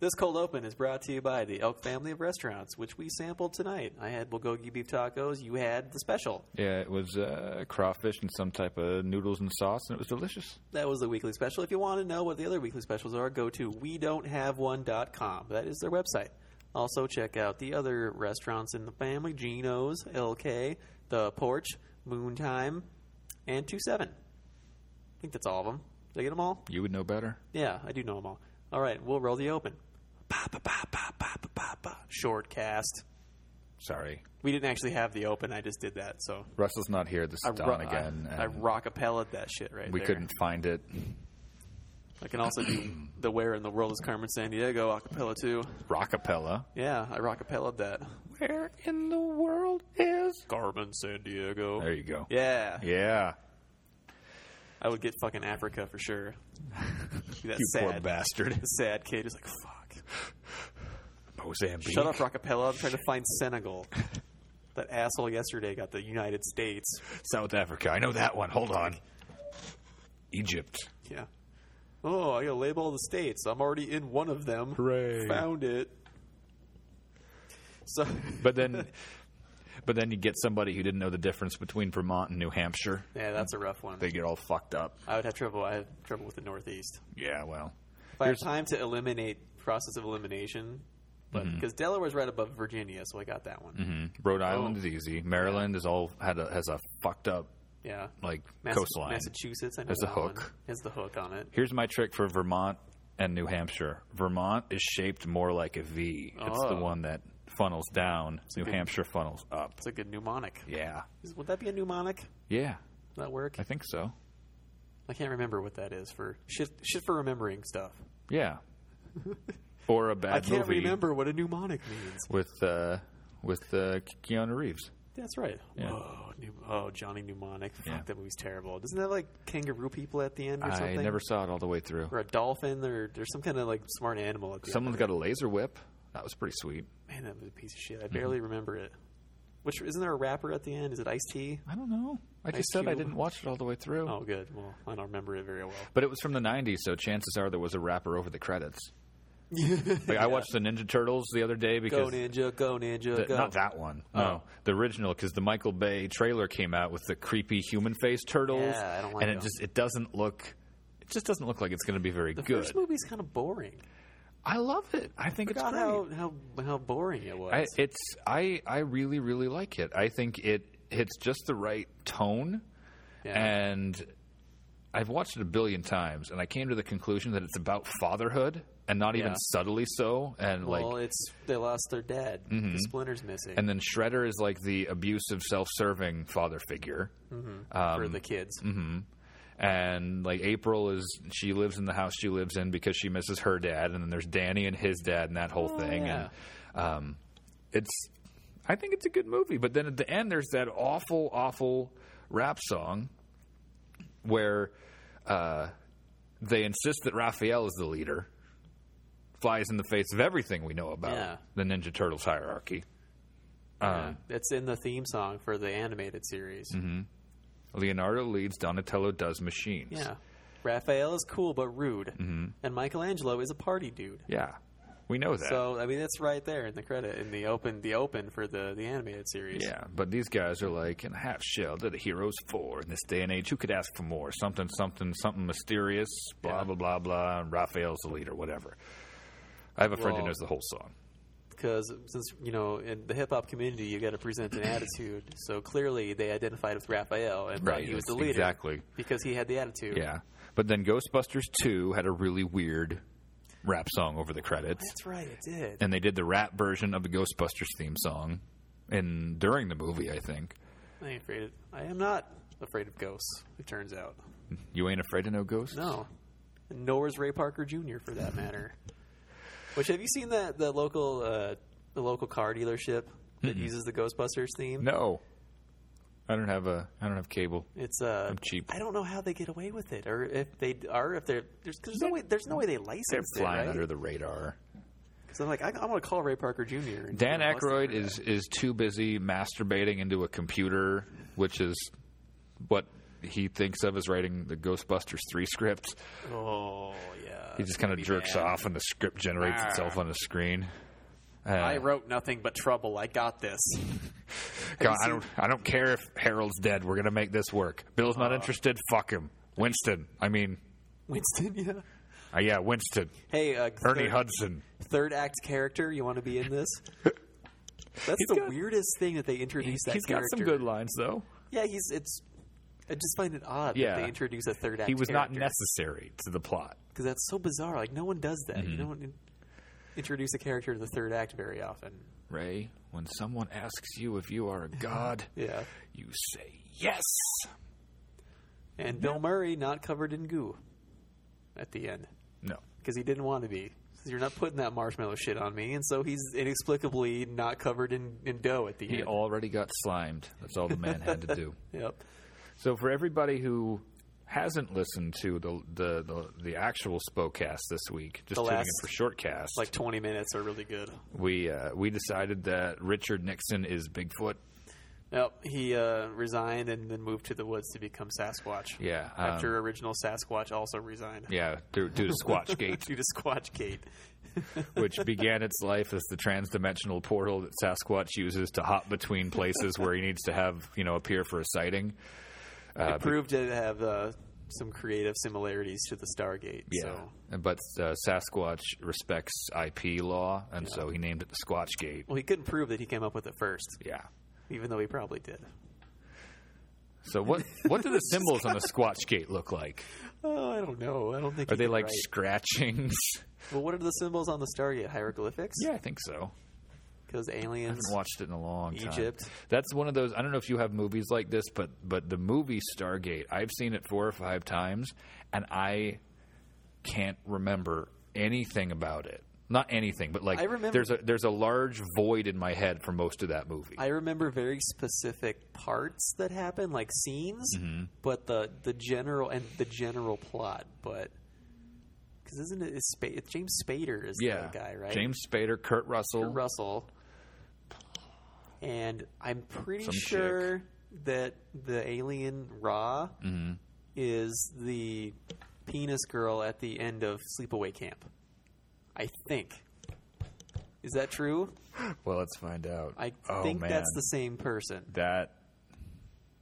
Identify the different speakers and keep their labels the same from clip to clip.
Speaker 1: This cold open is brought to you by the Elk family of restaurants, which we sampled tonight. I had bulgogi beef tacos. You had the special.
Speaker 2: Yeah, it was uh, crawfish and some type of noodles and sauce, and it was delicious.
Speaker 1: That was the weekly special. If you want to know what the other weekly specials are, go to wedon'thaveone.com. That is their website. Also, check out the other restaurants in the family Gino's, LK, The Porch, Moontime, and 2 7. I think that's all of them. Did I get them all?
Speaker 2: You would know better.
Speaker 1: Yeah, I do know them all. All right, we'll roll the open. Ba, ba, ba, ba, ba, ba, ba, ba. Short cast.
Speaker 2: Sorry,
Speaker 1: We didn't actually have the open. I just did that. So
Speaker 2: Russell's not here. This is
Speaker 1: I,
Speaker 2: Don
Speaker 1: ro-
Speaker 2: again.
Speaker 1: I, I
Speaker 2: and
Speaker 1: rockapelled that shit right
Speaker 2: we
Speaker 1: there.
Speaker 2: couldn't find it.
Speaker 1: I can also do the Where in the World is Carmen San Diego acapella too.
Speaker 2: Rockapella.
Speaker 1: Yeah, I rockapelled that.
Speaker 2: Where in the world is?
Speaker 1: Carmen San Diego.
Speaker 2: There you go.
Speaker 1: Yeah,
Speaker 2: Yeah.
Speaker 1: I would get fucking Africa for sure. Be that
Speaker 2: You
Speaker 1: sad,
Speaker 2: poor bastard.
Speaker 1: sad kid is like, fuck.
Speaker 2: Mozambique.
Speaker 1: Shut up, rockapella. I'm trying to find Senegal. That asshole yesterday got the United States.
Speaker 2: South Africa. I know that one. Hold on. Egypt.
Speaker 1: Yeah. Oh, I gotta label all the states. I'm already in one of them.
Speaker 2: Hooray.
Speaker 1: Found it. So
Speaker 2: But then but then you get somebody who didn't know the difference between Vermont and New Hampshire.
Speaker 1: yeah, that's a rough one.
Speaker 2: They get all fucked up.
Speaker 1: I would have trouble. I have trouble with the Northeast.
Speaker 2: Yeah, well.
Speaker 1: If I have time to eliminate process of elimination, but
Speaker 2: Mm-hmm.
Speaker 1: because Delaware's right above Virginia, so I got that one.
Speaker 2: Rhode Island
Speaker 1: Oh.
Speaker 2: is easy. Maryland is all had a, has a fucked up
Speaker 1: Yeah,
Speaker 2: like
Speaker 1: Massa-
Speaker 2: coastline.
Speaker 1: Massachusetts. I know
Speaker 2: Has the
Speaker 1: that one.
Speaker 2: hook.
Speaker 1: Has the hook on it.
Speaker 2: Here's my trick for Vermont and New Hampshire. Vermont is shaped more like a V. It's the
Speaker 1: Oh.
Speaker 2: one that funnels down. New Hampshire funnels up.
Speaker 1: It's like a mnemonic.
Speaker 2: Yeah.
Speaker 1: Is- Would that be a mnemonic?
Speaker 2: Yeah.
Speaker 1: Would that work?
Speaker 2: I think so.
Speaker 1: I can't remember what that is for shit. Shit for remembering stuff.
Speaker 2: Yeah. or a bad
Speaker 1: I can't
Speaker 2: movie
Speaker 1: remember what a mnemonic means.
Speaker 2: with uh, with uh, Keanu Reeves.
Speaker 1: That's right.
Speaker 2: Yeah.
Speaker 1: Whoa, new, oh, Johnny Mnemonic. Fuck,
Speaker 2: Yeah.
Speaker 1: that movie's terrible. Doesn't that have, like kangaroo people at the end or
Speaker 2: I
Speaker 1: something?
Speaker 2: never saw it all the way through.
Speaker 1: Or a dolphin or there's some kind of like smart animal at the
Speaker 2: Someone's got a laser whip. That was pretty sweet.
Speaker 1: end. Man, that was a piece of shit. I
Speaker 2: Mm-hmm.
Speaker 1: barely remember it. Which isn't there a rapper at the end? Is it Ice T?
Speaker 2: I don't know. I just
Speaker 1: Ice
Speaker 2: said I
Speaker 1: Cube.
Speaker 2: didn't watch it all the way through.
Speaker 1: Oh, good. Well, I don't remember it very well.
Speaker 2: But it was from the 90s, so chances are there was a rapper over the credits. like I watched the Ninja Turtles the other day
Speaker 1: Go
Speaker 2: because
Speaker 1: ninja, go ninja,
Speaker 2: the-
Speaker 1: go.
Speaker 2: not that one. No, the original because the Michael Bay trailer came out with the creepy human face turtles,
Speaker 1: Yeah, I don't like
Speaker 2: and it
Speaker 1: those.
Speaker 2: just it doesn't look. It just doesn't look like it's going to be very
Speaker 1: the
Speaker 2: good.
Speaker 1: first movie's kind of boring.
Speaker 2: I love it. I think it's
Speaker 1: Forgot
Speaker 2: great.
Speaker 1: how, how how boring it was.
Speaker 2: I, it's I I really really like it. I think it hits just the right tone,
Speaker 1: Yeah.
Speaker 2: and I've watched it a billion times, and I came to the conclusion that it's about fatherhood, and not even
Speaker 1: Yeah.
Speaker 2: subtly so. And
Speaker 1: well,
Speaker 2: like, Mm-hmm.
Speaker 1: it's they lost their dad. The splinter's missing
Speaker 2: and then Shredder is like the abusive, self-serving father figure,
Speaker 1: for
Speaker 2: um,
Speaker 1: the kids.
Speaker 2: mm-hmm. and like April is she lives in the house she lives in because she misses her dad, and then there's Danny and his dad and that whole
Speaker 1: Oh,
Speaker 2: thing, and um, it's I think it's a good movie. But then at the end, there's that awful, awful rap song where uh, they insist that Raphael is the leader. Flies in the face of everything we know about
Speaker 1: Yeah.
Speaker 2: the Ninja Turtles hierarchy. Uh-huh.
Speaker 1: Yeah. It's in the theme song for the animated series.
Speaker 2: Mm-hmm. Leonardo leads, Donatello does machines.
Speaker 1: Yeah. Raphael is cool but rude,
Speaker 2: Mm-hmm.
Speaker 1: and Michelangelo is a party dude.
Speaker 2: Yeah. We know that.
Speaker 1: So I mean, that's right there in the credit in the open, the open for the the animated series.
Speaker 2: Yeah, but these guys are like in a half shell. They're the heroes for in this day and age. Who could ask for more? Something, something, something mysterious. Blah
Speaker 1: Yeah.
Speaker 2: blah blah blah. And Raphael's the leader. Whatever. I have a friend who
Speaker 1: Well-
Speaker 2: knows the whole song.
Speaker 1: Because since you know in the hip hop community, you got to present an attitude. So clearly, they identified with Raphael and thought
Speaker 2: Right,
Speaker 1: he was the
Speaker 2: that's
Speaker 1: leader
Speaker 2: exactly.
Speaker 1: because he had the attitude.
Speaker 2: Yeah, but then Ghostbusters Two had a really weird rap song over the credits,
Speaker 1: That's right, it did.
Speaker 2: and they did the rap version of the Ghostbusters theme song, and during the movie, I think
Speaker 1: I ain't afraid. Of, I am not afraid of ghosts. It turns out,
Speaker 2: you ain't afraid of no ghosts.
Speaker 1: no, nor is Ray Parker Jr. for that matter. Which have you seen that the local uh, the local car dealership that uses the Ghostbusters theme?
Speaker 2: no. I don't have a. I don't have cable.
Speaker 1: It's uh,
Speaker 2: cheap.
Speaker 1: I don't know how they get away with it, or if they d- are, if they're there's, 'cause there's no way there's no way they
Speaker 2: They're
Speaker 1: licensed it,
Speaker 2: flying
Speaker 1: right?
Speaker 2: under the radar.
Speaker 1: Because I'm like, I, I'm gonna call Ray Parker Jr. and
Speaker 2: Dan
Speaker 1: get busted
Speaker 2: Aykroyd
Speaker 1: for that.
Speaker 2: is is too busy masturbating into a computer, which is what he thinks of as writing the Ghostbusters three script.
Speaker 1: Oh yeah.
Speaker 2: He just kind of jerks off, and the script generates
Speaker 1: Ah.
Speaker 2: itself on the screen. Uh,
Speaker 1: I wrote nothing but trouble. I got this.
Speaker 2: God, I don't. I don't care if Harold's dead. We're gonna make this work. Bill's
Speaker 1: Uh.
Speaker 2: not interested. Fuck him. Winston. I mean,
Speaker 1: Winston, yeah.
Speaker 2: uh, yeah, Winston.
Speaker 1: Hey, uh,
Speaker 2: Ernie
Speaker 1: third,
Speaker 2: Hudson.
Speaker 1: third act character, you want to be in this? That's the
Speaker 2: got-
Speaker 1: weirdest thing that they introduced that
Speaker 2: He's got
Speaker 1: character.
Speaker 2: some good lines though.
Speaker 1: Yeah, he's it's. I just find it odd
Speaker 2: Yeah.
Speaker 1: that they introduce a third act.
Speaker 2: He was not
Speaker 1: character.
Speaker 2: necessary to the plot.
Speaker 1: because that's so bizarre. Like no one does that. You
Speaker 2: Mm-hmm.
Speaker 1: don't in- introduce a character to the third act very often.
Speaker 2: Ray, when someone asks you if you are a god,
Speaker 1: Yeah,
Speaker 2: you say yes.
Speaker 1: and Bill Murray not covered in goo at the end
Speaker 2: No.
Speaker 1: because he didn't want to be. He says, You're not putting that marshmallow shit on me, and so he's inexplicably not covered in, in dough at the
Speaker 2: He
Speaker 1: end.
Speaker 2: already got slimed. That's all the man had to do.
Speaker 1: yep.
Speaker 2: So for everybody who hasn't listened to the the, the, the actual Spocast this week, just
Speaker 1: The
Speaker 2: tuning
Speaker 1: last,
Speaker 2: in for shortcast,
Speaker 1: Like 20 minutes are really good.
Speaker 2: we uh, we decided that Richard Nixon is Bigfoot.
Speaker 1: Yep. He uh, resigned and then moved to the woods to become Sasquatch.
Speaker 2: Yeah, um,
Speaker 1: After original Sasquatch also resigned
Speaker 2: yeah, due, due to Squatchgate.
Speaker 1: due to Squatchgate.
Speaker 2: which began its life as the transdimensional portal that Sasquatch uses to hop between places where he needs to have, you know, appear for a sighting. Uh,
Speaker 1: it proved to have uh, some creative similarities to the Stargate. So.
Speaker 2: And- But uh, Sasquatch respects IP law, and so he named it the Squatch Gate.
Speaker 1: Well, he couldn't prove that he came up with it first,
Speaker 2: Yeah.
Speaker 1: even though he probably did.
Speaker 2: So what what do the symbols on the Squatch Gate look like?
Speaker 1: Oh, I don't know. I don't think.
Speaker 2: Are
Speaker 1: he
Speaker 2: they
Speaker 1: did
Speaker 2: like
Speaker 1: right.
Speaker 2: scratchings?
Speaker 1: Well, what are the symbols on the Stargate hieroglyphics?
Speaker 2: Yeah, I think so.
Speaker 1: Because
Speaker 2: I
Speaker 1: aliens.
Speaker 2: haven't watched it in a long time.
Speaker 1: Egypt.
Speaker 2: That's one of those. I don't know if you have movies like this, but but the movie Stargate, I've seen it four or five times, and I can't remember anything about it. Not anything, but like
Speaker 1: I remember-
Speaker 2: there's a there's a large void in my head for most of that movie.
Speaker 1: I remember very specific parts that happen, like scenes,
Speaker 2: Mm-hmm.
Speaker 1: but the the general and the general plot, but. Because isn't it is Spa- it's James Spader is
Speaker 2: yeah,
Speaker 1: the guy, right?
Speaker 2: James Spader, Kurt Russell.
Speaker 1: Russell. And I'm pretty
Speaker 2: Some
Speaker 1: sure that the alien Ra
Speaker 2: Mm-hmm.
Speaker 1: is the penis girl at the end of Sleepaway Camp. I think. Is that true?
Speaker 2: Well, let's find out.
Speaker 1: I
Speaker 2: oh,
Speaker 1: think
Speaker 2: man.
Speaker 1: that's the same person.
Speaker 2: that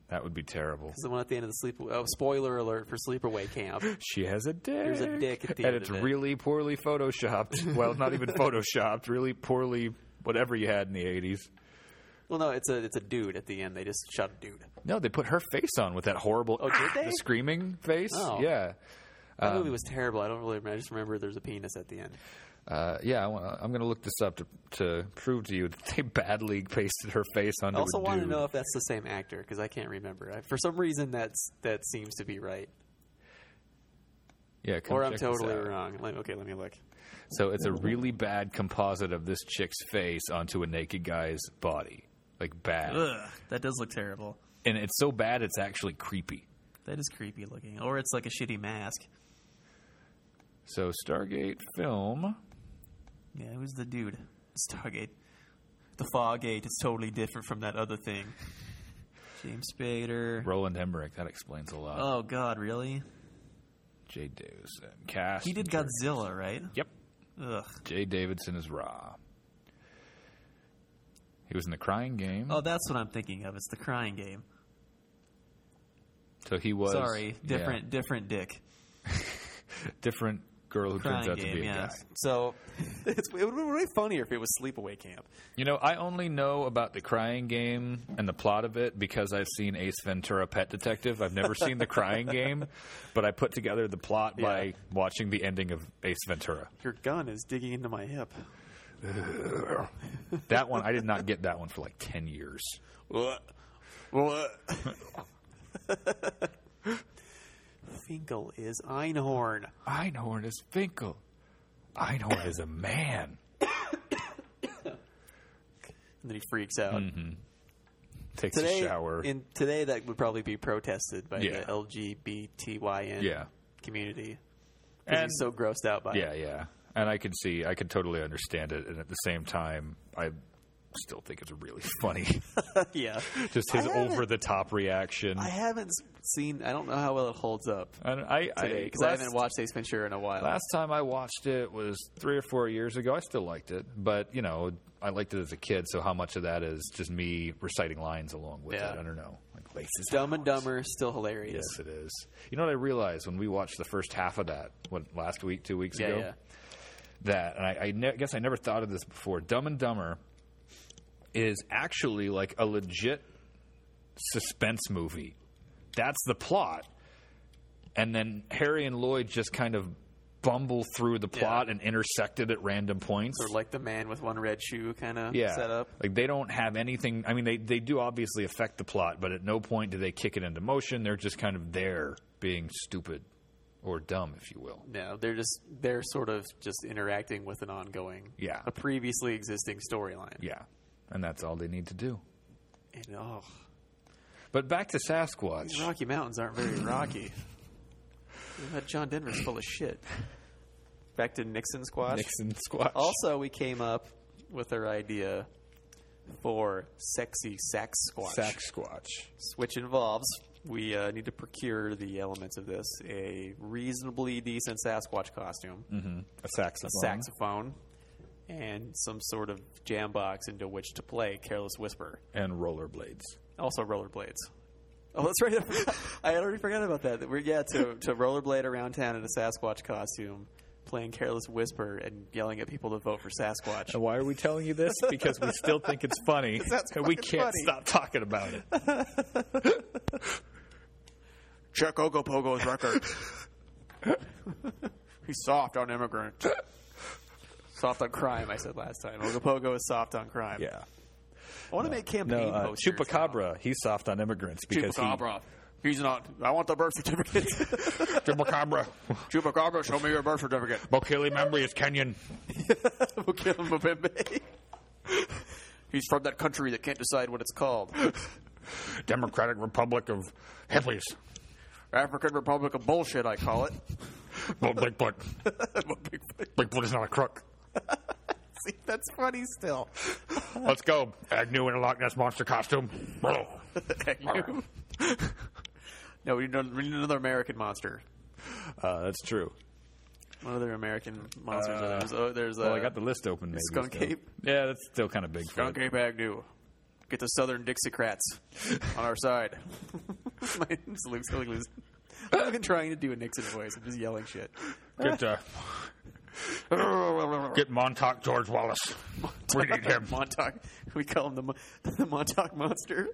Speaker 2: that would be terrible.
Speaker 1: It's the one at the end of the sleep. Oh, spoiler alert for Sleepaway Camp.
Speaker 2: She has a dick. There's
Speaker 1: a dick at the
Speaker 2: and
Speaker 1: end
Speaker 2: it's
Speaker 1: of it.
Speaker 2: really poorly photoshopped. well, not even photoshopped. Really poorly, whatever you had in the '80s.
Speaker 1: well, no, it's a it's a dude at the end. They just shot a dude.
Speaker 2: No, they put her face on with that horrible.
Speaker 1: Oh, did
Speaker 2: "Ah,"
Speaker 1: they?
Speaker 2: The screaming face.
Speaker 1: Oh.
Speaker 2: Yeah,
Speaker 1: That
Speaker 3: Um,
Speaker 1: movie was terrible. I don't really remember. I just remember there's a penis at the end.
Speaker 2: uh, yeah. I wanna, I'm going to look this up to to prove to you that they badly pasted her face onto.
Speaker 1: I also
Speaker 2: a
Speaker 1: want to
Speaker 2: dude.
Speaker 1: know if that's the same actor because I can't remember. I, for some reason, that's that seems to be right,
Speaker 2: Yeah, come
Speaker 1: or I'm
Speaker 2: check this
Speaker 1: totally
Speaker 2: out.
Speaker 1: wrong. Let- okay, let me look.
Speaker 2: So it's a really bad composite of this chick's face onto a naked guy's body, like bad,
Speaker 3: Ugh, that does look terrible.
Speaker 2: and it's so bad it's actually creepy.
Speaker 3: That is creepy looking. Or it's like a shitty mask.
Speaker 2: So Stargate film.
Speaker 3: Yeah, who's the dude? Stargate. The Foggate is totally different from that other thing. James Spader.
Speaker 2: Roland Emmerich. That explains a lot.
Speaker 3: Oh God, really?
Speaker 2: Jay Davidson. Cast.
Speaker 3: He did
Speaker 2: and-
Speaker 3: Godzilla, right?
Speaker 2: Yep.
Speaker 3: Ugh.
Speaker 2: Jay Davidson is Ra. He was in the Crying Game.
Speaker 3: Oh, that's what I'm thinking of. It's the crying game.
Speaker 2: so he was.
Speaker 3: Sorry,
Speaker 2: yeah,
Speaker 3: different, different dick.
Speaker 2: different girl who turns
Speaker 3: Crying
Speaker 2: out to
Speaker 3: game,
Speaker 2: be a
Speaker 3: yeah.
Speaker 2: guy.
Speaker 1: So it's, it would be really funnier if it was Sleepaway Camp.
Speaker 2: You know, I only know about the Crying Game and the plot of it because I've seen Ace Ventura: Pet Detective. I've never seen the Crying Game, but I put together the plot by watching the ending of Ace Ventura.
Speaker 1: Your gun is digging into my hip.
Speaker 2: That one I did not get. That one for like ten years.
Speaker 1: What? What? Finkel is Einhorn.
Speaker 2: Einhorn is Finkel. Einhorn is a man.
Speaker 1: And then he freaks out.
Speaker 2: Takes
Speaker 1: Today,
Speaker 2: Mm-hmm. a shower.
Speaker 1: In today, that would probably be protested by
Speaker 2: Yeah.
Speaker 1: the LGBTYN
Speaker 2: yeah,
Speaker 1: community. 'Cause
Speaker 2: and
Speaker 1: he's so grossed out by it.
Speaker 2: yeah, yeah. And I could see, I could totally understand it. And at the same time, I still think it's really funny.
Speaker 1: yeah.
Speaker 2: Just his
Speaker 1: I haven't-
Speaker 2: over the top reaction.
Speaker 1: I
Speaker 2: I,
Speaker 1: haven't s- seen. I don't know how well it holds up
Speaker 2: don't- I, I,
Speaker 1: today because I,
Speaker 2: last,
Speaker 1: haven't watched Ace Ventura in a while.
Speaker 2: last time I watched it was three or four years ago. I still liked it, but you know, I liked it as a kid. So how much of that is just me reciting lines along with
Speaker 1: Yeah.
Speaker 2: it? I don't know. Like laces.
Speaker 1: Dumb and Dumber still hilarious.
Speaker 2: Yes, it is. You know what I realized when we watched the first half of that, what last week, two weeks
Speaker 1: Yeah,
Speaker 2: ago,
Speaker 1: yeah.
Speaker 2: that, and I, I ne- guess I never thought of this before. Dumb and Dumber is actually like a legit suspense movie. That's the plot, and then Harry and Lloyd just kind of bumble through the plot and intersect it at random points.
Speaker 1: Sort of like the man with one red shoe kind of
Speaker 2: yeah,
Speaker 1: setup.
Speaker 2: like they don't have anything. I mean, they they do obviously affect the plot, but at no point do they kick it into motion. They're just kind of there, being stupid or dumb, if you will.
Speaker 1: No, they're just they're sort of just interacting with an ongoing,
Speaker 2: Yeah.
Speaker 1: a previously existing storyline.
Speaker 2: Yeah, and that's all they need to do.
Speaker 1: And oh,
Speaker 2: But back to Sasquatch.
Speaker 1: these Rocky Mountains aren't very rocky. That John Denver's full of shit. Back to Nixon Squash.
Speaker 2: Nixon Squatch.
Speaker 1: Also, we came up with our idea for sexy sax squash.
Speaker 2: Sack Squatch.
Speaker 1: which involves we uh, need to procure the elements of this a reasonably decent Sasquatch costume,
Speaker 2: A saxophone.
Speaker 1: a saxophone, and some sort of jam box into which to play Careless Whisper.
Speaker 2: And rollerblades.
Speaker 1: Also, rollerblades. Oh, that's right. I had already forgot about that. that We're yeah to to rollerblade around town in a Sasquatch costume, playing Careless Whisper and yelling at people to vote for Sasquatch.
Speaker 2: And why are we telling you this? Because we still think it's funny.
Speaker 1: That's
Speaker 2: and we
Speaker 1: fucking
Speaker 2: can't
Speaker 1: funny.
Speaker 2: stop talking about it.
Speaker 1: Check Ogopogo's record. He's soft on immigrants. Soft on crime, I said last time. Ogopogo is soft on crime.
Speaker 2: Yeah.
Speaker 1: I want to make
Speaker 2: No,
Speaker 1: campaign
Speaker 2: uh,
Speaker 1: posters.
Speaker 2: Chupacabra. He's soft on immigrants because
Speaker 1: Chupacabra. He's not. I want the birth certificate.
Speaker 2: he. Chupacabra.
Speaker 1: Chupacabra, show me your birth certificate.
Speaker 2: Bokili Membri is Kenyan.
Speaker 1: We'll kill him, Mbembe. He's from that country that can't decide what it's called.
Speaker 2: Democratic Republic of Hippies.
Speaker 1: African Republic of Bullshit, I call it.
Speaker 2: Well, Bigfoot. Bigfoot is not a crook.
Speaker 1: See, that's funny still.
Speaker 2: Let's go. Agnew in a Loch Ness monster costume.
Speaker 1: no, we need another- we need another American monster.
Speaker 2: Uh, that's true.
Speaker 1: One other American monsters.
Speaker 2: Uh,
Speaker 1: there's oh, there's
Speaker 2: Well,
Speaker 1: uh,
Speaker 2: I got the list open. Maybe
Speaker 1: Skunk
Speaker 2: still.
Speaker 1: Ape?
Speaker 2: Yeah, that's still kind of big. for
Speaker 1: Skunk
Speaker 2: it.
Speaker 1: Ape Agnew. Get the Southern Dixiecrats on our side. My name's Luke Skilligloo. I'm not even trying to do a Nixon voice. I'm just yelling shit.
Speaker 2: Get, uh, get Montauk George Wallace. We need him.
Speaker 1: Montauk. We call him the, Mo- the Montauk Monster.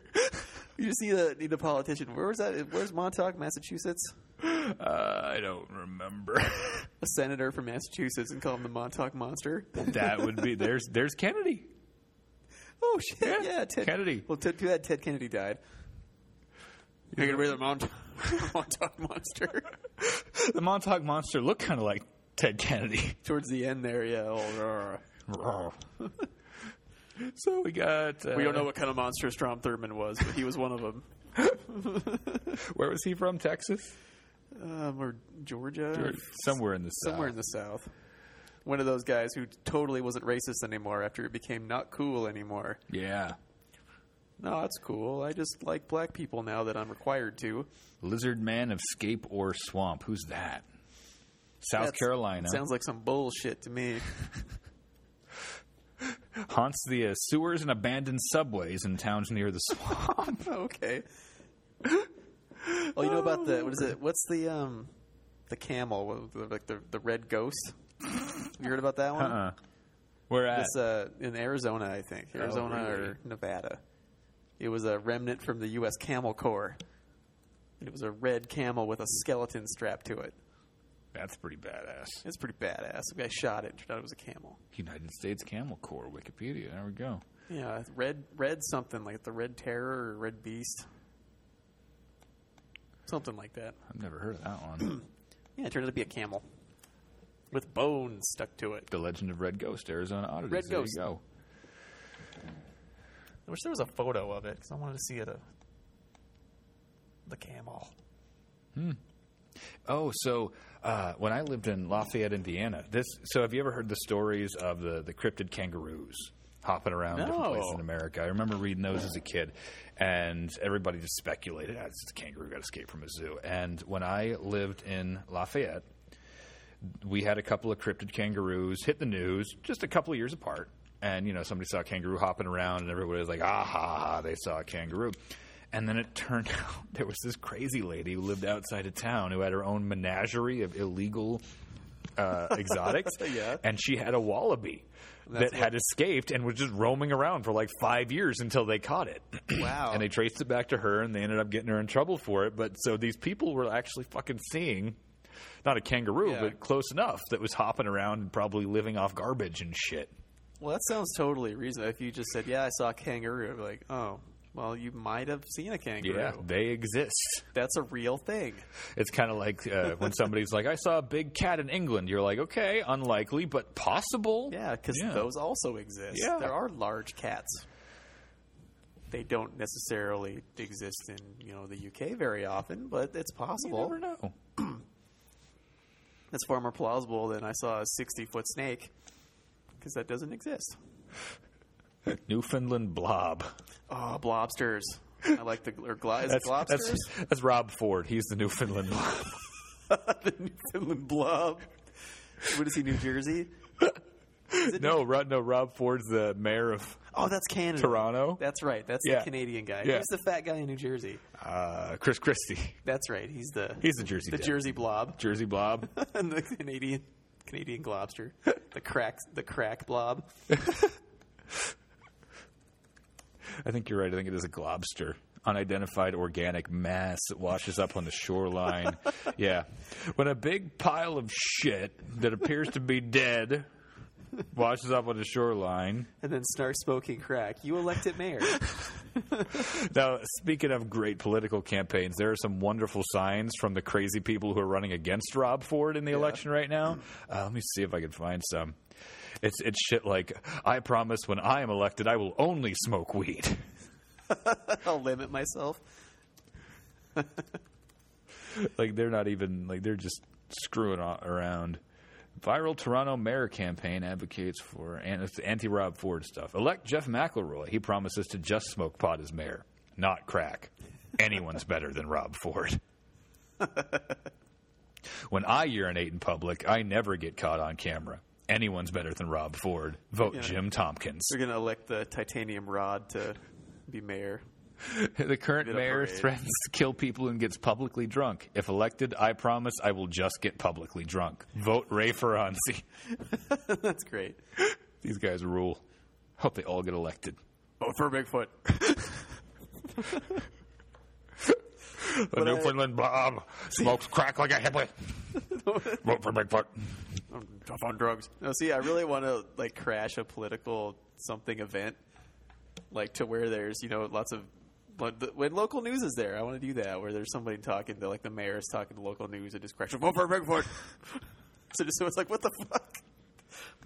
Speaker 1: You just need a, need a politician. Where was that? Where's Montauk, Massachusetts?
Speaker 2: Uh, I don't remember.
Speaker 1: A senator from Massachusetts and call him the Montauk Monster.
Speaker 2: that would be there's there's Kennedy.
Speaker 1: Oh shit! Yeah,
Speaker 2: Yeah,
Speaker 1: Ted
Speaker 2: Kennedy.
Speaker 1: Well, Ted, too bad Ted Kennedy died. You're gonna be the Mount, Montauk monster
Speaker 2: The Montauk monster looked kind of like Ted Kennedy.
Speaker 1: towards the end there. Yeah, oh,
Speaker 2: so we got. Uh,
Speaker 1: we don't know what kind of monster Strom Thurmond was, but he was one of them.
Speaker 2: where was he from. Texas,
Speaker 1: Um, or Georgia,
Speaker 2: or somewhere in the south.
Speaker 1: somewhere in the South. One of those guys who totally wasn't racist anymore after it became not cool anymore.
Speaker 2: yeah.
Speaker 1: No, it's cool. I just like black people now that I'm required to.
Speaker 2: Lizard Man of Scape or Swamp. Who's that? South
Speaker 1: That's-
Speaker 2: Carolina
Speaker 1: sounds like some bullshit to me.
Speaker 2: haunts the uh, sewers and abandoned subways in towns near the swamp.
Speaker 1: okay. Oh, you know about the what is it? What's the um, the camel? What- the- Like the the red ghost? You heard about that one?
Speaker 2: uh-uh. Where at?
Speaker 1: It's uh, in Arizona, I think, Arizona or
Speaker 2: really?
Speaker 1: Nevada. It was a remnant from the U.S. Camel Corps. And it was a red camel with a skeleton strapped to it.
Speaker 2: That's pretty badass.
Speaker 1: It's pretty badass. The guy shot it. and Turned out it was a camel.
Speaker 2: United States Camel Corps Wikipedia. There we go.
Speaker 1: Yeah, red red something like the Red Terror or Red Beast, something like that.
Speaker 2: I've never heard of that one.
Speaker 1: Yeah, it turned out to be a camel with bones stuck to it.
Speaker 2: the Legend of Red Ghost, Arizona Oddities.
Speaker 1: Red
Speaker 2: there
Speaker 1: Ghost.
Speaker 2: You go.
Speaker 1: I wish there was a photo of it because I wanted to see it. Uh, the camel.
Speaker 2: Oh, so uh, when I lived in Lafayette, Indiana, this. So have you ever heard the stories of the the cryptid kangaroos? hopping around different
Speaker 1: No.
Speaker 2: places in America. I remember reading those as a kid, and everybody just speculated, ah, it's just a kangaroo got escaped from a zoo. And when I lived in Lafayette, we had a couple of cryptid kangaroos hit the news just a couple of years apart. And, you know, somebody saw a kangaroo hopping around, and everybody was like, ah, ha, ha, they saw a kangaroo. And then it turned out there was this crazy lady who lived outside of town who had her own menagerie of illegal uh, exotics.
Speaker 1: Yeah.
Speaker 2: And she had a wallaby that had escaped and was just roaming around for like five years until they caught it.
Speaker 1: Wow.
Speaker 2: and they traced it back to her and they ended up getting her in trouble for it. But so these people were actually fucking seeing not a kangaroo,
Speaker 1: Yeah.
Speaker 2: but close enough that was hopping around and probably living off garbage and shit.
Speaker 1: Well, that sounds totally reasonable. If you just said, "Yeah, I saw a kangaroo," I'd be like, "Oh, well, you might have seen a kangaroo.
Speaker 2: Yeah, they exist.
Speaker 1: That's a real thing."
Speaker 2: It's kind of like uh, when somebody's like, I saw a big cat in England. You're like, okay, unlikely, but possible.
Speaker 1: Yeah, because
Speaker 2: Yeah.
Speaker 1: those also exist.
Speaker 2: Yeah.
Speaker 1: There are large cats. They don't necessarily exist in you know the UK very often, but it's
Speaker 2: You
Speaker 1: possible.
Speaker 2: never know.
Speaker 1: That's far more plausible than I saw a sixty-foot snake, because that doesn't exist.
Speaker 2: Newfoundland blob.
Speaker 1: Oh, blobsters! I like the or glo- is it globsters.
Speaker 2: that's, that's Rob Ford. He's the Newfoundland blob.
Speaker 1: the Newfoundland blob. What is he, New Jersey?
Speaker 2: no, Ro- no, Rob Ford's the mayor of
Speaker 1: Oh, that's Canada.
Speaker 2: Toronto.
Speaker 1: That's right. That's
Speaker 2: Yeah.
Speaker 1: the Canadian guy.
Speaker 2: Yeah.
Speaker 1: He's the fat guy in New Jersey.
Speaker 2: Uh, Chris Christie.
Speaker 1: That's right. He's the
Speaker 2: He's the Jersey
Speaker 1: the
Speaker 2: Devil.
Speaker 1: Jersey blob
Speaker 2: Jersey blob.
Speaker 1: and the Canadian Canadian globster. the crack the crack blob.
Speaker 2: I think you're right. I think it is a globster. Unidentified organic mass that washes up on the shoreline. yeah. When a big pile of shit that appears to be dead washes up on the shoreline.
Speaker 1: And then snark smoking crack. You elect it mayor.
Speaker 2: Now, speaking of great political campaigns, there are some wonderful signs from the crazy people who are running against Rob Ford in the election right now. Uh, let me see if I can find some. It's it's shit like I promise when I am elected I will only smoke weed.
Speaker 1: I'll limit myself.
Speaker 2: like they're not even like they're just screwing a- around. Viral Toronto mayor campaign advocates for anti Rob Ford stuff. Elect Jeff McElroy. He promises to just smoke pot as mayor, not crack. Anyone's better than Rob Ford. when I urinate in public, I never get caught on camera. Anyone's better than Rob Ford. Vote Jim Tompkins.
Speaker 1: They're gonna elect the titanium rod to be mayor.
Speaker 2: The current
Speaker 1: Did a
Speaker 2: mayor
Speaker 1: parade.
Speaker 2: threatens to kill people and gets publicly drunk. If elected, I promise I will just get publicly drunk. Vote Ray Ferranzi.
Speaker 1: That's great.
Speaker 2: These guys rule. Hope they all get elected.
Speaker 1: Vote Oh, for Bigfoot.
Speaker 2: The Newfoundland Bob smokes crack like a hippie. Vote for Bigfoot.
Speaker 1: I'm tough on drugs. Oh. No, see, I really want to like crash a political something event, like to where there's you know lots of but the- when local news is there. I want to do that where there's somebody talking to like the mayor is talking to local news and just crashing vote for Bigfoot. so just so it's like what the fuck.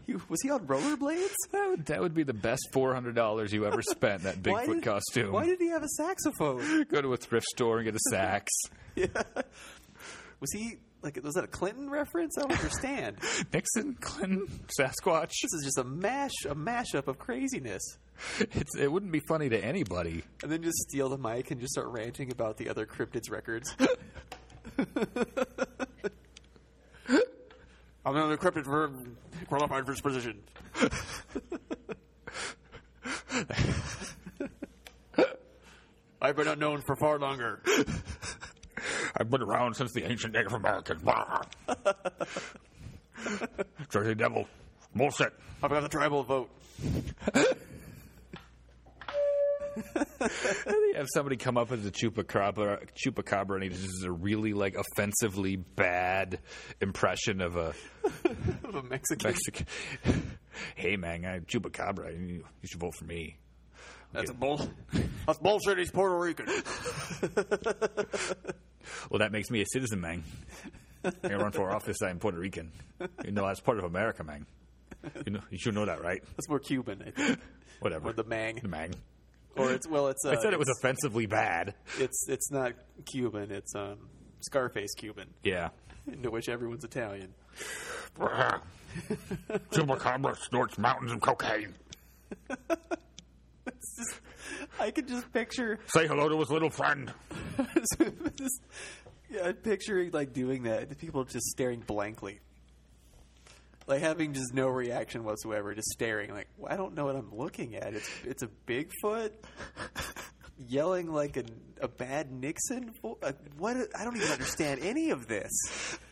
Speaker 1: He, was he on rollerblades?
Speaker 2: That would, that would be the best four hundred dollars you ever spent. That
Speaker 1: Why
Speaker 2: Bigfoot
Speaker 1: did-
Speaker 2: costume.
Speaker 1: Why did he have a saxophone?
Speaker 2: Go to a thrift store and get a sax.
Speaker 1: Was he like was that a Clinton reference? I don't understand.
Speaker 2: Nixon, Clinton, Sasquatch.
Speaker 1: this is just a mash a mashup of craziness.
Speaker 2: It's, it wouldn't be funny to anybody.
Speaker 1: And then just steal the mic and just start ranting about the other cryptids records. I'm an unencrypted verb qualified for this position. I've been unknown for far longer.
Speaker 2: I've been around since the ancient Native Americans. Bah. Jersey Devil. Bullshit.
Speaker 1: I've got the tribal vote.
Speaker 2: They have somebody come up as a chupacabra, chupacabra, and he just does a really like offensively bad impression of a
Speaker 1: Of a Mexican.
Speaker 2: Mexican. hey man, I chupacabra. You you should vote for me.
Speaker 1: That's a bull. That's bullshit. He's Puerto Rican.
Speaker 2: Well, that makes me a citizen, man. I'm gonna run for office. I'm Puerto Rican. You know, that's part of America, man. You know, you should know that, right?
Speaker 1: That's more Cuban, I think.
Speaker 2: Whatever.
Speaker 1: Or the Mang.
Speaker 2: The mang.
Speaker 1: Or it's well, it's. Uh,
Speaker 2: I said it was offensively bad.
Speaker 1: It's it's not Cuban. It's um Scarface Cuban,
Speaker 2: Yeah.
Speaker 1: into which everyone's Italian.
Speaker 2: Chupacabra snorts mountains of cocaine.
Speaker 1: It's just- I could just picture
Speaker 2: Say hello to his little friend.
Speaker 1: just, yeah, I'm picturing like doing that. People just staring blankly, like having just no reaction whatsoever, just staring. Like "Well, I don't know what I'm looking at. It's it's a Bigfoot yelling like a, a bad Nixon. vo- uh, What I don't even understand any of this.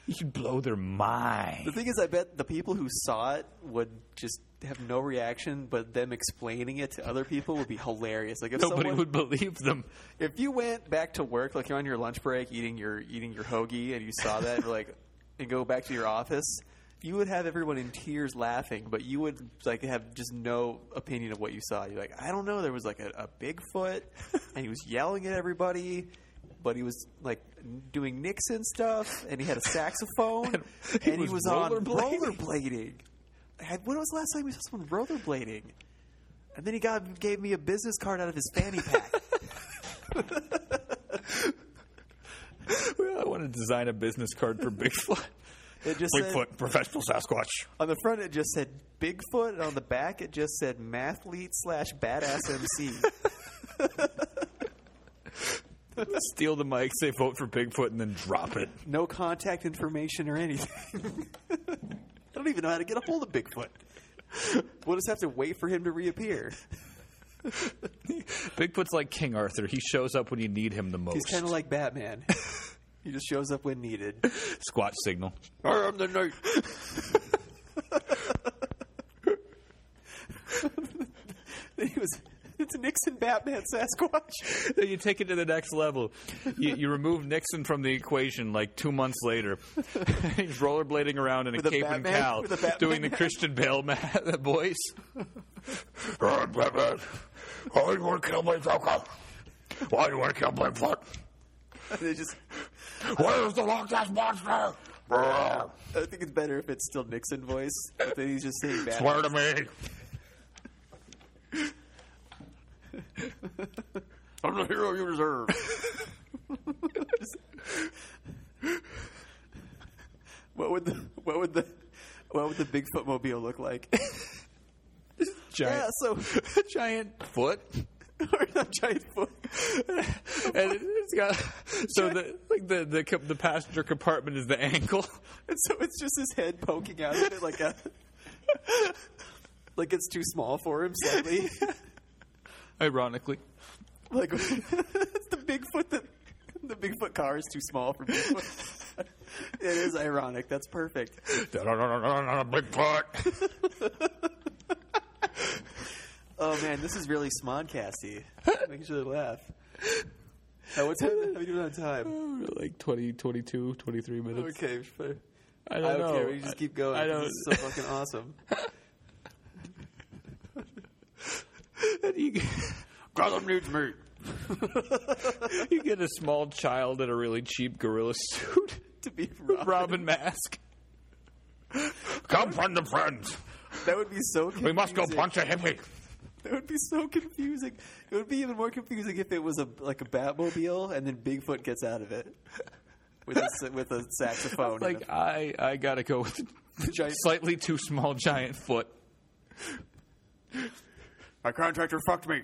Speaker 2: You should blow their mind.
Speaker 1: The thing is, I bet the people who saw it would just have no reaction, but them explaining it to other people would be hilarious. Like if
Speaker 2: Nobody
Speaker 1: someone,
Speaker 2: would believe them.
Speaker 1: if you went back to work, like you're on your lunch break eating your eating your hoagie, and you saw that, and, you're like, and go back to your office, you would have everyone in tears laughing, but you would like have just no opinion of what you saw. You're like, I don't know, there was like a, a Bigfoot, and he was yelling at everybody, but he was like doing Nixon stuff, and he had a saxophone, and he,
Speaker 2: was
Speaker 1: was, on
Speaker 2: rollerblading.
Speaker 1: rollerblading. I- When was the last time we saw someone rollerblading? And then he got, gave me a business card out of his fanny pack.
Speaker 2: Well, I want to design a business card for Bigfoot.
Speaker 1: It just said-
Speaker 2: Bigfoot, professional Sasquatch.
Speaker 1: on the front it just said Bigfoot, and on the back it just said mathlete slash badass MC.
Speaker 2: Steal the mic, say vote for Bigfoot, and then drop it.
Speaker 1: no contact information or anything. I don't even know how to get a hold of Bigfoot. We'll just have to wait for him to reappear.
Speaker 2: Bigfoot's like King Arthur. He shows up when you need him the most.
Speaker 1: He's kind of like Batman. He just shows up when needed.
Speaker 2: Squatch signal.
Speaker 1: I am the knight. then he was. It's Nixon, Batman, Sasquatch.
Speaker 2: Then you take it to the next level. You, you remove Nixon from the equation like two months later. He's rollerblading around in a
Speaker 1: a
Speaker 2: cape and
Speaker 1: Batman-
Speaker 2: cowl,
Speaker 1: with a Batman
Speaker 2: doing the
Speaker 1: hat.
Speaker 2: Christian Bale ma- voice. Why do you want to kill my Joker? Why do you want to kill my foot?
Speaker 1: And they just.
Speaker 2: Where is the Loch Ness monster?
Speaker 1: I think it's better if it's still Nixon voice. But then he's just saying Batman.
Speaker 2: to me. I'm the hero you deserve.
Speaker 1: What would the what would the what would the Bigfoot mobile look like? yeah,
Speaker 2: Giant,
Speaker 1: so
Speaker 2: giant foot,
Speaker 1: or not giant foot.
Speaker 2: and it's got so the like the the co- the passenger compartment is the ankle.
Speaker 1: And so it's just his head poking out of it like a like it's too small for him slightly.
Speaker 2: Ironically,
Speaker 1: like it's the Bigfoot that the Bigfoot car is too small for Bigfoot. it is ironic. That's perfect.
Speaker 2: Bigfoot.
Speaker 1: Oh man, this is really smodcasty. Makes you laugh. Now, what time are we doing on time?
Speaker 2: Like 20, 22, 23 minutes.
Speaker 1: Okay, fair.
Speaker 2: I don't
Speaker 1: I don't
Speaker 2: know.
Speaker 1: care. We just keep going.
Speaker 2: I
Speaker 1: This is so fucking awesome.
Speaker 2: you,
Speaker 1: Gotham needs me.
Speaker 2: you get a small child in a really cheap gorilla suit,
Speaker 1: To be Robin.
Speaker 2: Robin mask. Come, friend and friends.
Speaker 1: That would be so confusing.
Speaker 2: a hippie.
Speaker 1: That would be so confusing. It would be even more confusing if it was a like a Batmobile and then Bigfoot gets out of it with a, sa- with a saxophone. and
Speaker 2: Like I, I gotta go with
Speaker 1: a giant-
Speaker 2: slightly too small giant foot.
Speaker 1: My contractor fucked me.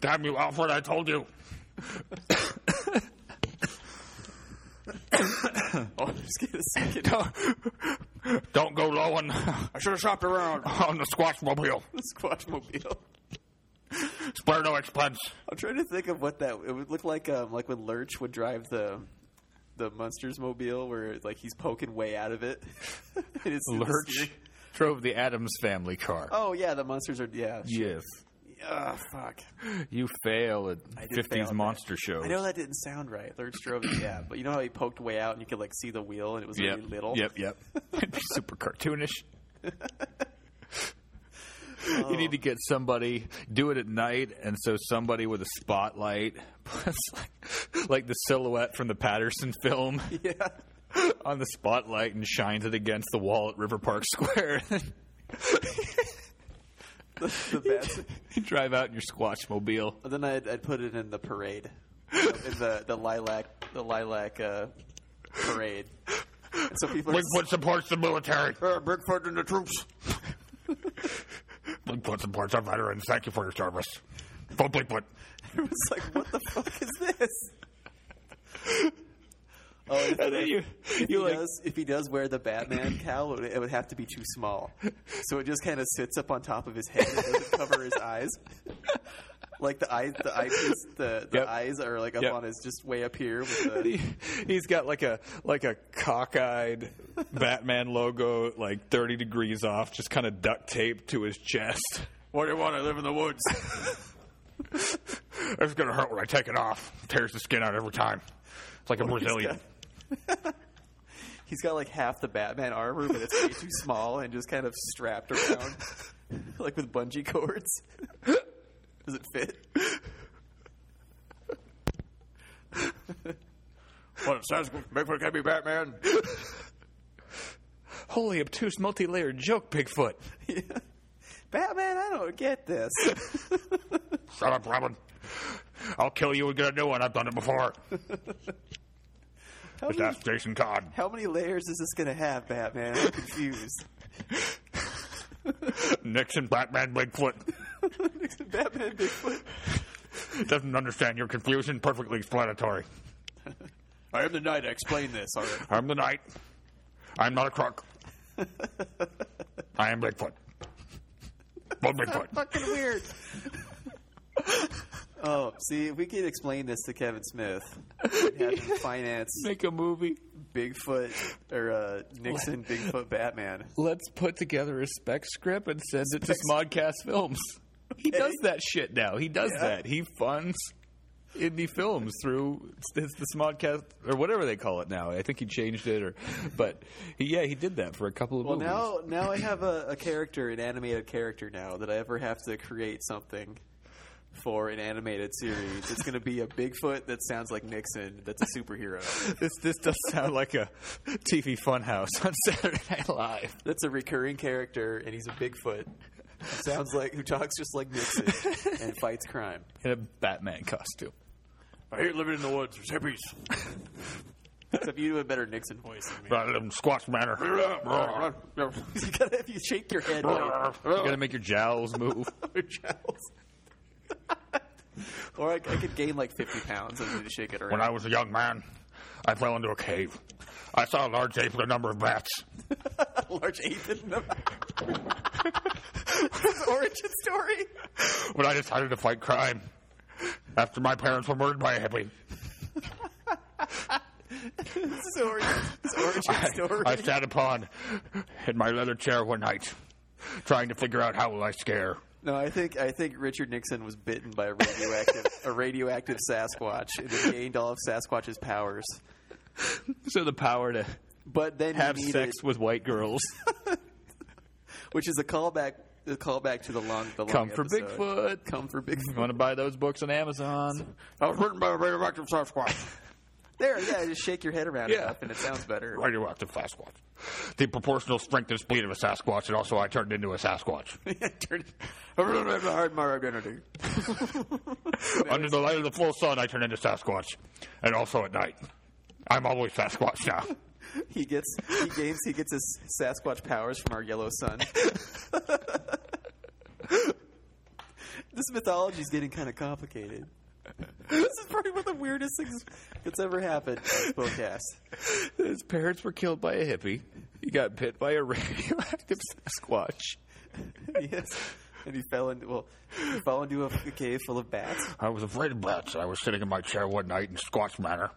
Speaker 2: Damn you, Alfred! I told you.
Speaker 1: Oh, just get a second.
Speaker 2: Don't go low on
Speaker 1: I should have shopped around.
Speaker 2: on the squash mobile.
Speaker 1: The Squatchmobile.
Speaker 2: Spare no expense.
Speaker 1: I'm trying to think of what that it would look like. Um, like when Lurch would drive the the Munsters mobile, where like he's poking way out of it. It is through the
Speaker 2: Lurch
Speaker 1: steering-
Speaker 2: drove the Adams family car.
Speaker 1: Oh yeah, the monsters are yeah.
Speaker 2: Yes,
Speaker 1: Ah, fuck.
Speaker 2: you fail at
Speaker 1: did fail
Speaker 2: fifties
Speaker 1: at
Speaker 2: monster shows.
Speaker 1: I know that didn't sound right. Lurch drove it, yeah. But you know how he poked way out and you could like see the wheel and it was
Speaker 2: Yep.
Speaker 1: really little.
Speaker 2: Yep. Yep. It'd be super cartoonish. You
Speaker 1: Oh.
Speaker 2: need to get somebody do it at night, and so somebody with a spotlight, puts, like, like the silhouette from the Patterson film,
Speaker 1: Yeah.
Speaker 2: on the spotlight and shines it against the wall at River Park Square.
Speaker 1: The best.
Speaker 2: you drive out in your Squatch mobile.
Speaker 1: But then I'd, I'd put it in the parade, in the the lilac the lilac uh, parade. And so people are
Speaker 2: supports the military.
Speaker 1: Bigfoot and the troops.
Speaker 2: Blinkfoot supports our veterans. Thank you for your service. Vote Blinkfoot.
Speaker 1: It's like, what the fuck is this? Oh, and if,
Speaker 2: And then you,
Speaker 1: he
Speaker 2: you like,
Speaker 1: does, if he does wear the Batman cowl, it would, it would have to be too small. So it just kind of sits up on top of his head and doesn't cover his eyes. Like the eyes, the eyepiece, the, the
Speaker 2: Yep.
Speaker 1: eyes are like up
Speaker 2: Yep.
Speaker 1: on his, just way up here. With the,
Speaker 2: he, he's got like a like a cockeyed Batman logo, like thirty degrees off, just kind of duct taped to his chest.
Speaker 3: What do you want? I live in the woods.
Speaker 2: It's gonna hurt when I take it off. Tears the skin out every time. It's like a Brazilian.
Speaker 1: He's got like half the Batman armor, but it's way too small and just kind of strapped around, like with bungee cords. Does it fit?
Speaker 3: well, it sounds good. Bigfoot can be Batman.
Speaker 2: Holy obtuse, multi-layered joke, Bigfoot.
Speaker 1: Batman, I don't get this.
Speaker 2: Shut up, Robin. I'll kill you and get a new one. I've done it before.
Speaker 1: How
Speaker 2: Just
Speaker 1: many,
Speaker 2: ask Jason Todd.
Speaker 1: how many layers is this going to have, Batman? I'm confused.
Speaker 2: Nixon, Batman, Bigfoot.
Speaker 1: Batman Bigfoot.
Speaker 2: Doesn't understand your confusion. Perfectly explanatory.
Speaker 3: I am the knight. I explain this. All right.
Speaker 2: I'm the knight. I'm not a crook. I am Bigfoot. Vote Bigfoot.
Speaker 1: Fucking weird. oh, see, if we could explain this to Kevin Smith, we'd have him finance
Speaker 2: Make a movie.
Speaker 1: Bigfoot or uh, Nixon Bigfoot Batman.
Speaker 2: Let's put together a spec script and send it to Smodcast Films. He does that shit now. He does that. He funds indie films through it's the Smodcast or whatever they call it now. I think he changed it, or but he, yeah, he did that for a couple of
Speaker 1: Well,
Speaker 2: movies.
Speaker 1: now now I have a, a character, an animated character now that I ever have to create something for an animated series. It's going to be a Bigfoot that sounds like Nixon. That's a superhero.
Speaker 2: this this does sound like a TV Funhouse on Saturday Night Live.
Speaker 1: That's a recurring character, and he's a Bigfoot. Sounds like who talks just like Nixon and fights crime.
Speaker 2: in a Batman costume.
Speaker 3: I hate living in the woods. There's hippies.
Speaker 1: Except you do a better Nixon voice than me.
Speaker 2: I live in Squatch Manor. you
Speaker 1: you gotta, if you shake your head, right,
Speaker 2: gotta make your jowls move.
Speaker 1: your jowls. or I, I could gain like 50 pounds and need to shake it around.
Speaker 2: when I was a young man, I fell into a cave. I saw a large ape with a number of bats.
Speaker 1: large ape in the His origin story.
Speaker 2: When I decided to fight crime, after my parents were murdered by a hippie,
Speaker 1: His origin, his origin story.
Speaker 2: I, I sat upon in my leather chair one night, trying to figure out how will I scare.
Speaker 1: no, I think I think Richard Nixon was bitten by a radioactive a radioactive Sasquatch and then gained all of Sasquatch's powers.
Speaker 2: So the power to
Speaker 1: But then
Speaker 2: have
Speaker 1: he needed,
Speaker 2: sex with white girls
Speaker 1: which is a callback a callback to the long the long
Speaker 2: come from
Speaker 1: episode.
Speaker 2: Bigfoot.
Speaker 1: Come for
Speaker 2: You
Speaker 1: Bigfoot.
Speaker 2: want to buy those books on Amazon?
Speaker 3: I was written by a radioactive Sasquatch.
Speaker 1: There, yeah, just shake your head around
Speaker 2: Yeah.
Speaker 1: enough and it sounds better.
Speaker 2: radioactive Sasquatch. The proportional strength and speed of a Sasquatch, and also I turned into a Sasquatch.
Speaker 1: Turn-
Speaker 3: I really hide my identity.
Speaker 2: Under the light of the full sun, I turned into Sasquatch, and also at night. I'm always Sasquatch now.
Speaker 1: he gets he gains he gets his Sasquatch powers from our yellow sun. this mythology is getting kind of complicated. This is probably one of the weirdest things that's ever happened on Spokecast.
Speaker 2: His parents were killed by a hippie. He got bit by a radioactive Sasquatch.
Speaker 1: yes. And he fell into well, he fell into a, a cave full of bats.
Speaker 2: I was afraid of bats. I was sitting in my chair one night in Squatch Manor,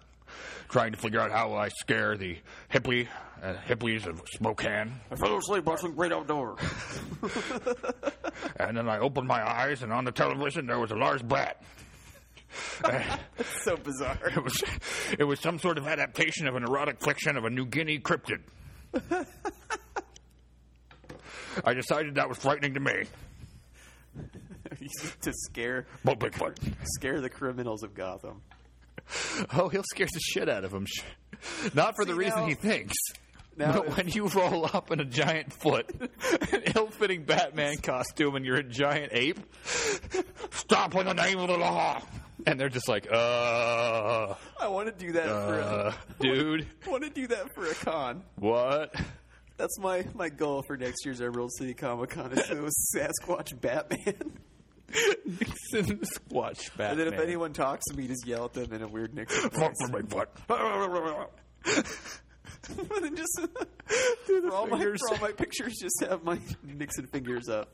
Speaker 2: trying to figure out how I scare the hippie uh, hippies of Spokane.
Speaker 3: I fell asleep watching Great Outdoor.
Speaker 2: And then I opened my eyes, and on the television there was a large bat.
Speaker 1: So bizarre.
Speaker 2: It was, it was some sort of adaptation of an erotic fiction of a New Guinea cryptid. I decided that was frightening to me.
Speaker 1: to scare
Speaker 2: But Bigfoot.
Speaker 1: scare the criminals of Gotham.
Speaker 2: Oh, he'll scare the shit out of him. Not for the
Speaker 1: See,
Speaker 2: reason
Speaker 1: now-
Speaker 2: he thinks.
Speaker 1: now
Speaker 2: but
Speaker 1: if-
Speaker 2: when you roll up in a giant foot, an ill-fitting Batman costume, and you're a giant ape, stop in the name of the law. And they're just like, uh,
Speaker 1: I want to do that for
Speaker 2: uh
Speaker 1: a,
Speaker 2: dude,
Speaker 1: I want to do that for a con.
Speaker 2: what?
Speaker 1: That's my, my goal for next year's Emerald City Comic Con is to Sasquatch Batman.
Speaker 2: Watch Batman.
Speaker 1: And then if anyone talks to me, just yell at them in a weird Nixon voice.
Speaker 2: Fuck for my butt.
Speaker 1: and then just for, all my,
Speaker 2: fingers.
Speaker 1: for all my pictures, just have my Nixon fingers up.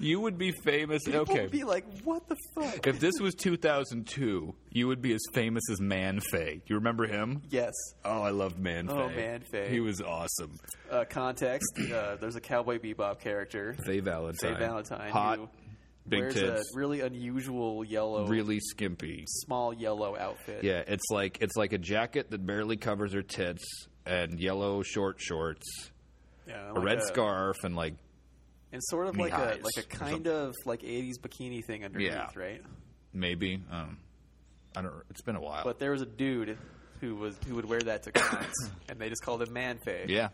Speaker 2: You would be famous.
Speaker 1: People
Speaker 2: okay.
Speaker 1: would be like, "What the fuck?"
Speaker 2: if this was 2002, you would be as famous as Man Fay. You remember him?
Speaker 1: yes.
Speaker 2: Oh, I loved Man Fay.
Speaker 1: Oh, Man Fay.
Speaker 2: He was awesome.
Speaker 1: Uh, context: uh, There's a Cowboy Bebop character,
Speaker 2: Faye Valentine.
Speaker 1: Faye Valentine,
Speaker 2: Hot,
Speaker 1: who
Speaker 2: big
Speaker 1: wears
Speaker 2: tits,
Speaker 1: a really unusual yellow,
Speaker 2: really skimpy.
Speaker 1: small yellow outfit.
Speaker 2: Yeah, it's like it's like a jacket that barely covers her tits and yellow short shorts,
Speaker 1: Yeah,
Speaker 2: a
Speaker 1: like
Speaker 2: red scarf, and like
Speaker 1: and sort of
Speaker 2: knee
Speaker 1: like a
Speaker 2: highs
Speaker 1: like a
Speaker 2: or
Speaker 1: kind of like 80s bikini thing underneath,
Speaker 2: Yeah.
Speaker 1: right?
Speaker 2: maybe um, I don't. It's been a while.
Speaker 1: But there was a dude who was who would wear that to cons, and they just called him Man Face.
Speaker 2: yeah,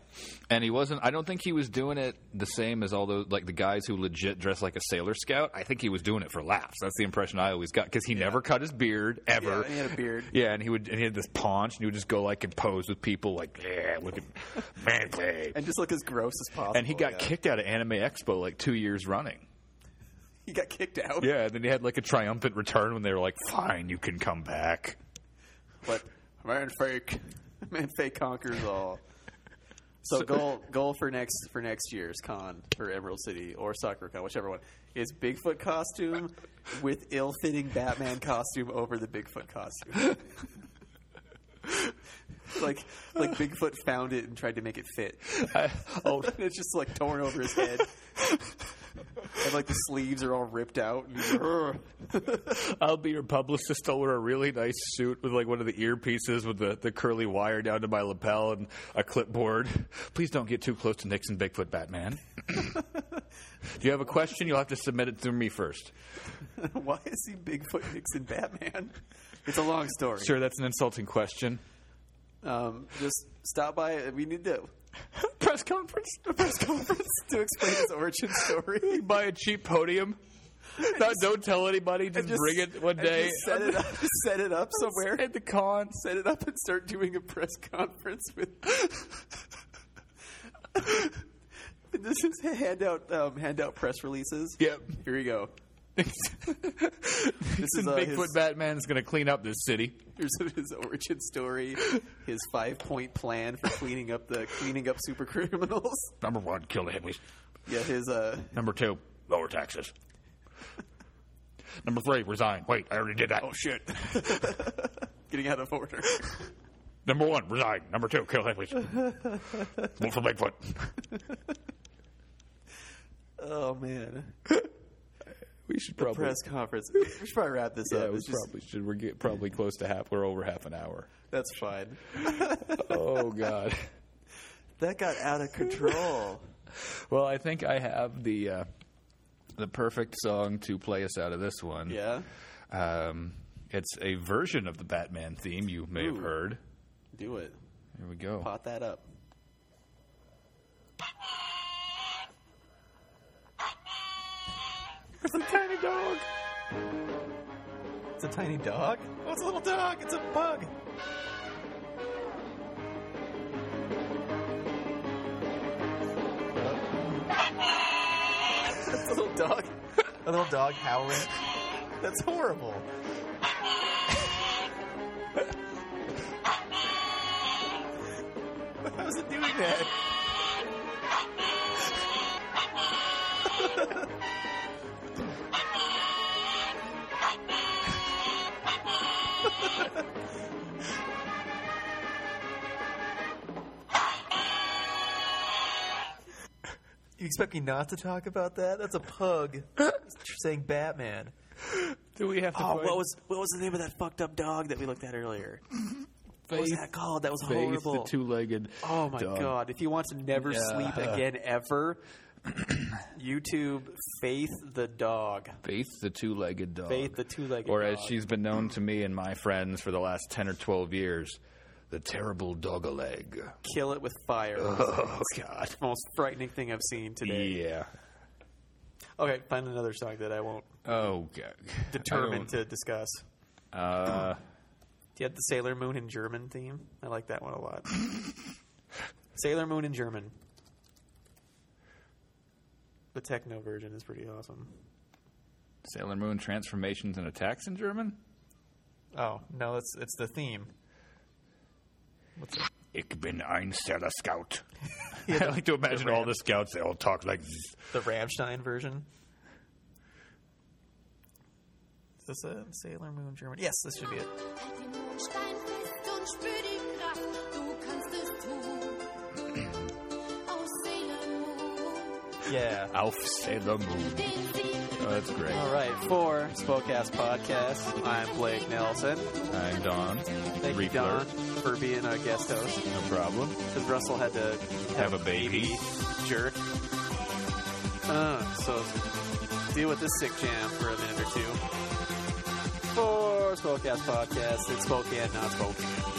Speaker 2: and he wasn't. I don't think he was doing it the same as all those like the guys who legit dress like a sailor scout. I think he was doing it for laughs. That's the impression I always got because he never cut his beard ever.
Speaker 1: Yeah, and he had a beard.
Speaker 2: Yeah, and he would and he had this paunch, and he would just go like and pose with people, like yeah, look at man play.
Speaker 1: and just look as gross as possible.
Speaker 2: And he got
Speaker 1: yeah.
Speaker 2: kicked out of Anime Expo like two years running.
Speaker 1: He got kicked out.
Speaker 2: Yeah, and then he had like a triumphant return when they were like, "Fine, you can come back."
Speaker 1: But Man Fake, Man Fake conquers all. So goal goal for next for next year's con for Emerald City or Sakura Con, whichever one, is Bigfoot costume with ill fitting Batman costume over the Bigfoot costume. like like Bigfoot found it and tried to make it fit.
Speaker 2: oh,
Speaker 1: And it's just like torn over his head. and like the sleeves are all ripped out. And he's like, "Ugh."
Speaker 2: I'll be your publicist. I'll wear a really nice suit with like one of the earpieces with the, the curly wire down to my lapel and a clipboard. Please don't get too close to Nixon Bigfoot Batman. Do you have a question? You'll have to submit it through me first.
Speaker 1: Why is he Bigfoot Nixon Batman? It's a long story.
Speaker 2: Sure, that's an insulting question.
Speaker 1: Um, just stop by. uh, We need to
Speaker 2: Press conference.
Speaker 1: press conference to explain his origin story.
Speaker 2: Buy a cheap podium. Not, don't tell anybody. Just,
Speaker 1: Just-
Speaker 2: bring it one
Speaker 1: and just
Speaker 2: day.
Speaker 1: set it up. just set it up somewhere.
Speaker 2: At the con.
Speaker 1: Set it up and start doing a press conference with. And This is hand out um, hand out press releases.
Speaker 2: Yep.
Speaker 1: Here we go.
Speaker 2: this
Speaker 1: is, uh,
Speaker 2: Bigfoot
Speaker 1: his-
Speaker 2: Batman's going to clean up this city.
Speaker 1: Here's his origin story, his five point plan for cleaning up the cleaning up super criminals.
Speaker 2: Number one, kill the hippies.
Speaker 1: Yeah, his uh,
Speaker 2: Number two, lower taxes. Number three, resign. Wait, I already did that. Oh shit.
Speaker 1: getting out of order.
Speaker 2: Number one, resign. Number two, kill hippies. Vote for Bigfoot.
Speaker 1: Oh man,
Speaker 2: We should
Speaker 1: press conference. We should probably wrap this up. It's just-
Speaker 2: probably should. We're get, probably close to half. We're over half an hour.
Speaker 1: that's fine.
Speaker 2: Oh god.
Speaker 1: That got out of control.
Speaker 2: Well, I think I have the uh, the perfect song to play us out of this one.
Speaker 1: yeah,
Speaker 2: Um, it's a version of the Batman theme you may have
Speaker 1: Ooh.
Speaker 2: heard.
Speaker 1: do it.
Speaker 2: Here we go.
Speaker 1: Pot that up. It's a tiny dog. It's a tiny dog. Oh, it's a little dog. It's a bug. It's a little dog. A little dog howling. That's horrible. How's it doing that? You expect me not to talk about that? That's a pug saying Batman.
Speaker 2: Do we have to?
Speaker 1: Oh, what was what was the name of that fucked up dog that we looked at earlier? What was that called? That was horrible.
Speaker 2: the two-legged.
Speaker 1: Oh my
Speaker 2: dog.
Speaker 1: god! If you want to never
Speaker 2: Yeah.
Speaker 1: sleep again ever, YouTube Faith the dog,
Speaker 2: Faith the two-legged dog.
Speaker 1: Faith the two-legged,
Speaker 2: or
Speaker 1: dog.
Speaker 2: as she's been known to me and my friends for the last 10 or 12 years, the terrible dog-a-leg.
Speaker 1: kill it with fire.
Speaker 2: Oh, God.
Speaker 1: Most frightening thing I've seen today.
Speaker 2: Yeah.
Speaker 1: Okay, find another song that I won't
Speaker 2: Oh, God.
Speaker 1: determine
Speaker 2: I
Speaker 1: to discuss.
Speaker 2: don't- Uh,
Speaker 1: Do you have the Sailor Moon in German theme? I like that one a lot. Sailor Moon in German. the techno version is pretty awesome.
Speaker 2: Sailor Moon transformations and attacks in German.
Speaker 1: Oh no, it's it's the theme. What's it?
Speaker 2: Ich bin ein Sailor Scout. I like to imagine all the scouts. They all talk like this.
Speaker 1: the Ramstein version? Is this it? Sailor Moon German? Yes, this should be it.
Speaker 4: Halt den Mondstein fest und spür die Kraft, du kannst es tun. Aus Sailor Moon,
Speaker 1: Yeah.
Speaker 2: Auf Sailor Moon.
Speaker 4: den Sieg
Speaker 2: Oh, that's great.
Speaker 1: All right, for Spokecast Podcast, I'm Blake Nelson.
Speaker 2: I'm Don.
Speaker 1: Thank you, Don, for being a guest host.
Speaker 2: No problem.
Speaker 1: Because Russell had to
Speaker 2: Have a baby.
Speaker 1: Jerk. Uh, so deal with this sick jam for a minute or two. For Spokecast Podcast, it's Spokane, not Spokane.
Speaker 4: oh,